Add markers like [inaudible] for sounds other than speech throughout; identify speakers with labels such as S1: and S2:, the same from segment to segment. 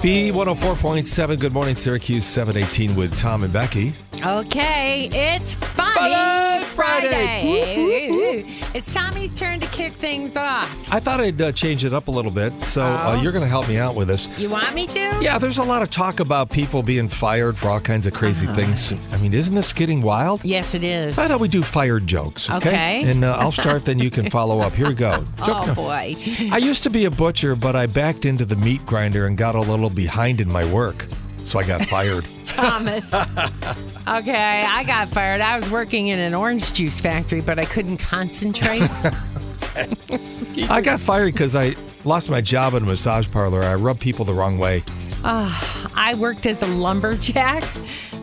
S1: B104.7, good morning, Syracuse 718 with Tom and Becky.
S2: Okay, it's Funny,
S1: Funny Friday.
S2: Friday. It's Tommy's turn to kick things off.
S1: I thought I'd uh, change it up a little bit, so
S2: Oh.
S1: uh, you're going to help me out with this.
S2: You want me to?
S1: Yeah, there's a lot of talk about people being fired for all kinds of crazy
S2: Uh-huh.
S1: things. I mean, isn't this getting wild?
S2: Yes, it is.
S1: I thought we do fired jokes, okay?
S2: Okay.
S1: And uh, I'll start, then you can follow up. Here we go. Joke
S2: [laughs] Oh
S1: num-
S2: boy.
S1: I used to be a butcher, but I backed into the meat grinder and got a little behind in my work, so I got
S2: [laughs]
S1: fired.
S2: Thomas. Okay, I got fired. I was working in an orange juice factory, but I couldn't concentrate.
S1: [laughs] I got fired because I lost my job in a massage parlor. I rubbed people the wrong way.
S2: I worked as a lumberjack,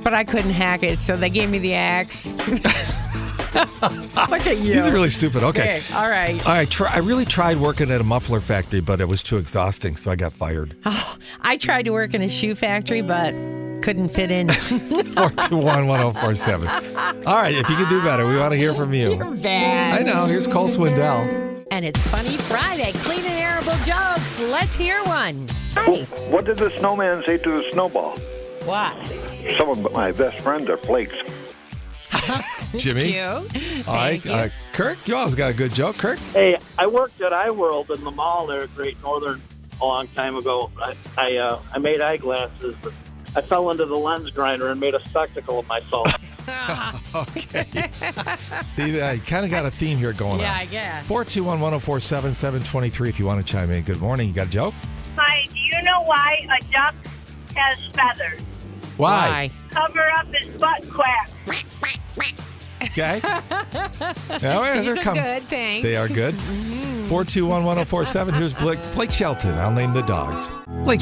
S2: but I couldn't hack it, so they gave me
S1: [laughs]
S2: the axe. Look at you.
S1: These are really stupid. Okay.
S2: Sick. All right.
S1: I, try, I really tried working at a muffler factory, but it was too exhausting, so I got fired.
S2: [laughs] Oh, I tried to work in a shoe factory, but couldn't
S1: [laughs]
S2: fit in.
S1: 421 1047. All right, if you can do better, we want to hear from you. I know. Here's Cole Swindell.
S2: And it's Funny Friday. Clean and arable jokes. Let's hear one.
S3: What did the snowman say to the snowball?
S2: What?
S3: Some of my best friends are flakes.
S1: Jimmy.
S2: You?
S1: All right.
S2: Thank you.
S1: Uh, Kirk, you always got a good joke, Kirk.
S4: Hey, I worked at iWorld in the mall there at Great Northern a long time ago. I I, uh, I made eyeglasses. But I fell into the lens grinder and made a spectacle of [laughs] myself.
S1: Okay. See, I kind of got a theme here going
S2: [laughs] Yeah,
S1: on.
S2: I guess.
S1: 421 1047 723 if you want to chime in. Good morning. You got a joke?
S5: Hi, do you know why a duck has feathers?
S1: Why?
S5: Cover up his butt quack.
S2: [laughs]
S1: Okay. oh, yeah,
S2: These
S1: they're
S2: are
S1: coming.
S2: good, thanks. Mm-hmm.
S1: They are
S2: [laughs]
S1: good. 421 1047. Here's Blake, Blake Shelton. I'll name the dogs. Blake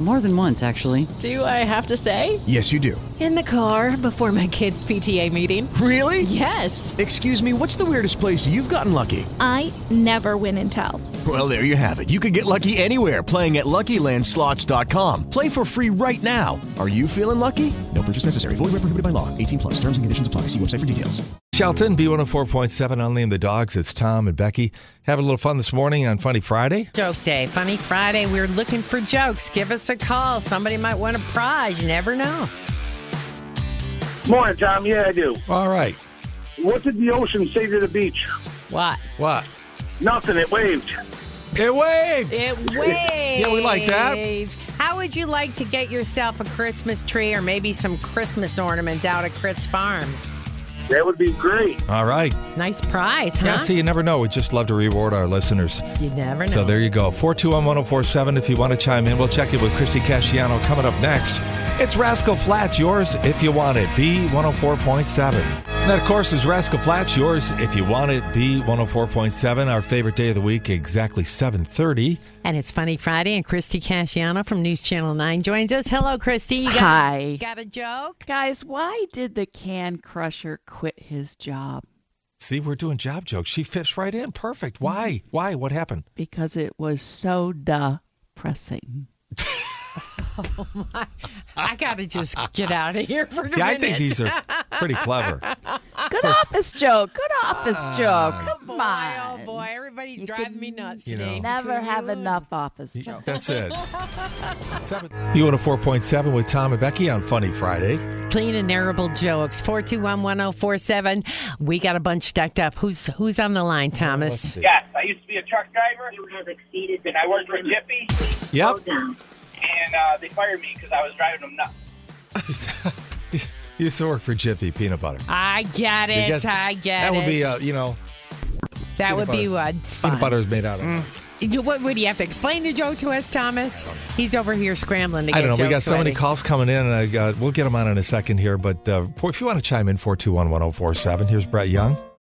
S6: More than once, actually.
S7: Do I have to say?
S8: Yes, you do.
S7: In the car before my kids' PTA meeting.
S8: Really?
S7: Yes.
S8: Excuse me, what's the weirdest place you've gotten lucky?
S9: I never win and tell.
S8: Well, there you have it. You can get lucky anywhere playing at LuckyLandSlots.com. Play for free right now. Are you feeling lucky? No purchase necessary. Void where prohibited by law. 18 plus. Terms and conditions apply. See website for details.
S1: Shelton, B104.7. I'll name the dogs. It's Tom and Becky. Having a little fun this morning on Funny Friday.
S2: Joke Day, Funny Friday. We're looking for jokes. Give us a call. Somebody might want a prize. You never know.
S4: Morning, Tom. Yeah, I do.
S1: All right.
S4: What did the ocean say to the beach?
S2: What?
S1: What?
S4: Nothing. It waved.
S1: It waved.
S2: It waves.
S1: we like that.
S2: How would you like to get yourself a Christmas tree or maybe some Christmas ornaments out at Crit's Farms?
S4: That would be great.
S1: All right.
S2: Nice prize, huh?
S1: Yeah, see, you never know. We just love to reward our listeners.
S2: you never know.
S1: So there you go. 421 1047 if you want to chime in. We'll check in with Christy Casciano coming up next. It's Rascal Flats, yours if you want it. B104.7. And That, of course, is Rascal Flats, yours if you want it. B104.7, our favorite day of the week, exactly 730.
S2: And it's Funny Friday, and Christy Casciano from News Channel 9 joins us. Hello, Christy. You got,
S6: Hi.
S2: got a joke?
S7: Guys, why did the can crusher quit his job?
S1: See, we're doing job jokes. She fits right in. Perfect. Why? Why? What happened?
S7: Because it was so depressing.
S2: I got to just get out of here for a
S1: Yeah, I
S2: minute.
S1: think these are pretty clever.
S7: Good office joke. Good office joke. Come
S2: [laughs] Boy, oh,
S7: on.
S2: boy. Everybody's
S7: You
S2: driving
S7: can
S2: me nuts
S1: You
S2: today.
S1: know.
S7: Never
S2: between
S7: have
S2: you.
S7: enough office jokes.
S1: That's it. Seven. You want a 4.7 with Tom and Becky on Funny Friday.
S2: Clean and arable jokes. 4211047. We got a bunch stacked up. Who's who's on the line,
S1: Let's
S2: Thomas?
S1: see.
S4: Yes, I used to be a truck driver,
S5: You have exceeded the
S4: and I worked for Jiffy,
S1: Yep.
S5: down.
S4: and uh, they fired me because I was driving them nuts.
S1: You used to work for Jiffy Peanut Butter.
S2: I get
S1: You
S2: it. I get
S1: That
S2: it.
S1: would be, uh, you know,
S2: that would be
S1: peanut
S2: what? Mm,
S1: peanut butter is made out of.
S2: You, what would he have to explain the joke to us, Thomas? He's over here scrambling to get
S1: I don't know. We got
S2: jokes
S1: so many
S2: ready.
S1: calls coming in, and I uh, got, we'll get them on in a second here. But uh, if you want to chime in, 421 1047, here's Brett Young.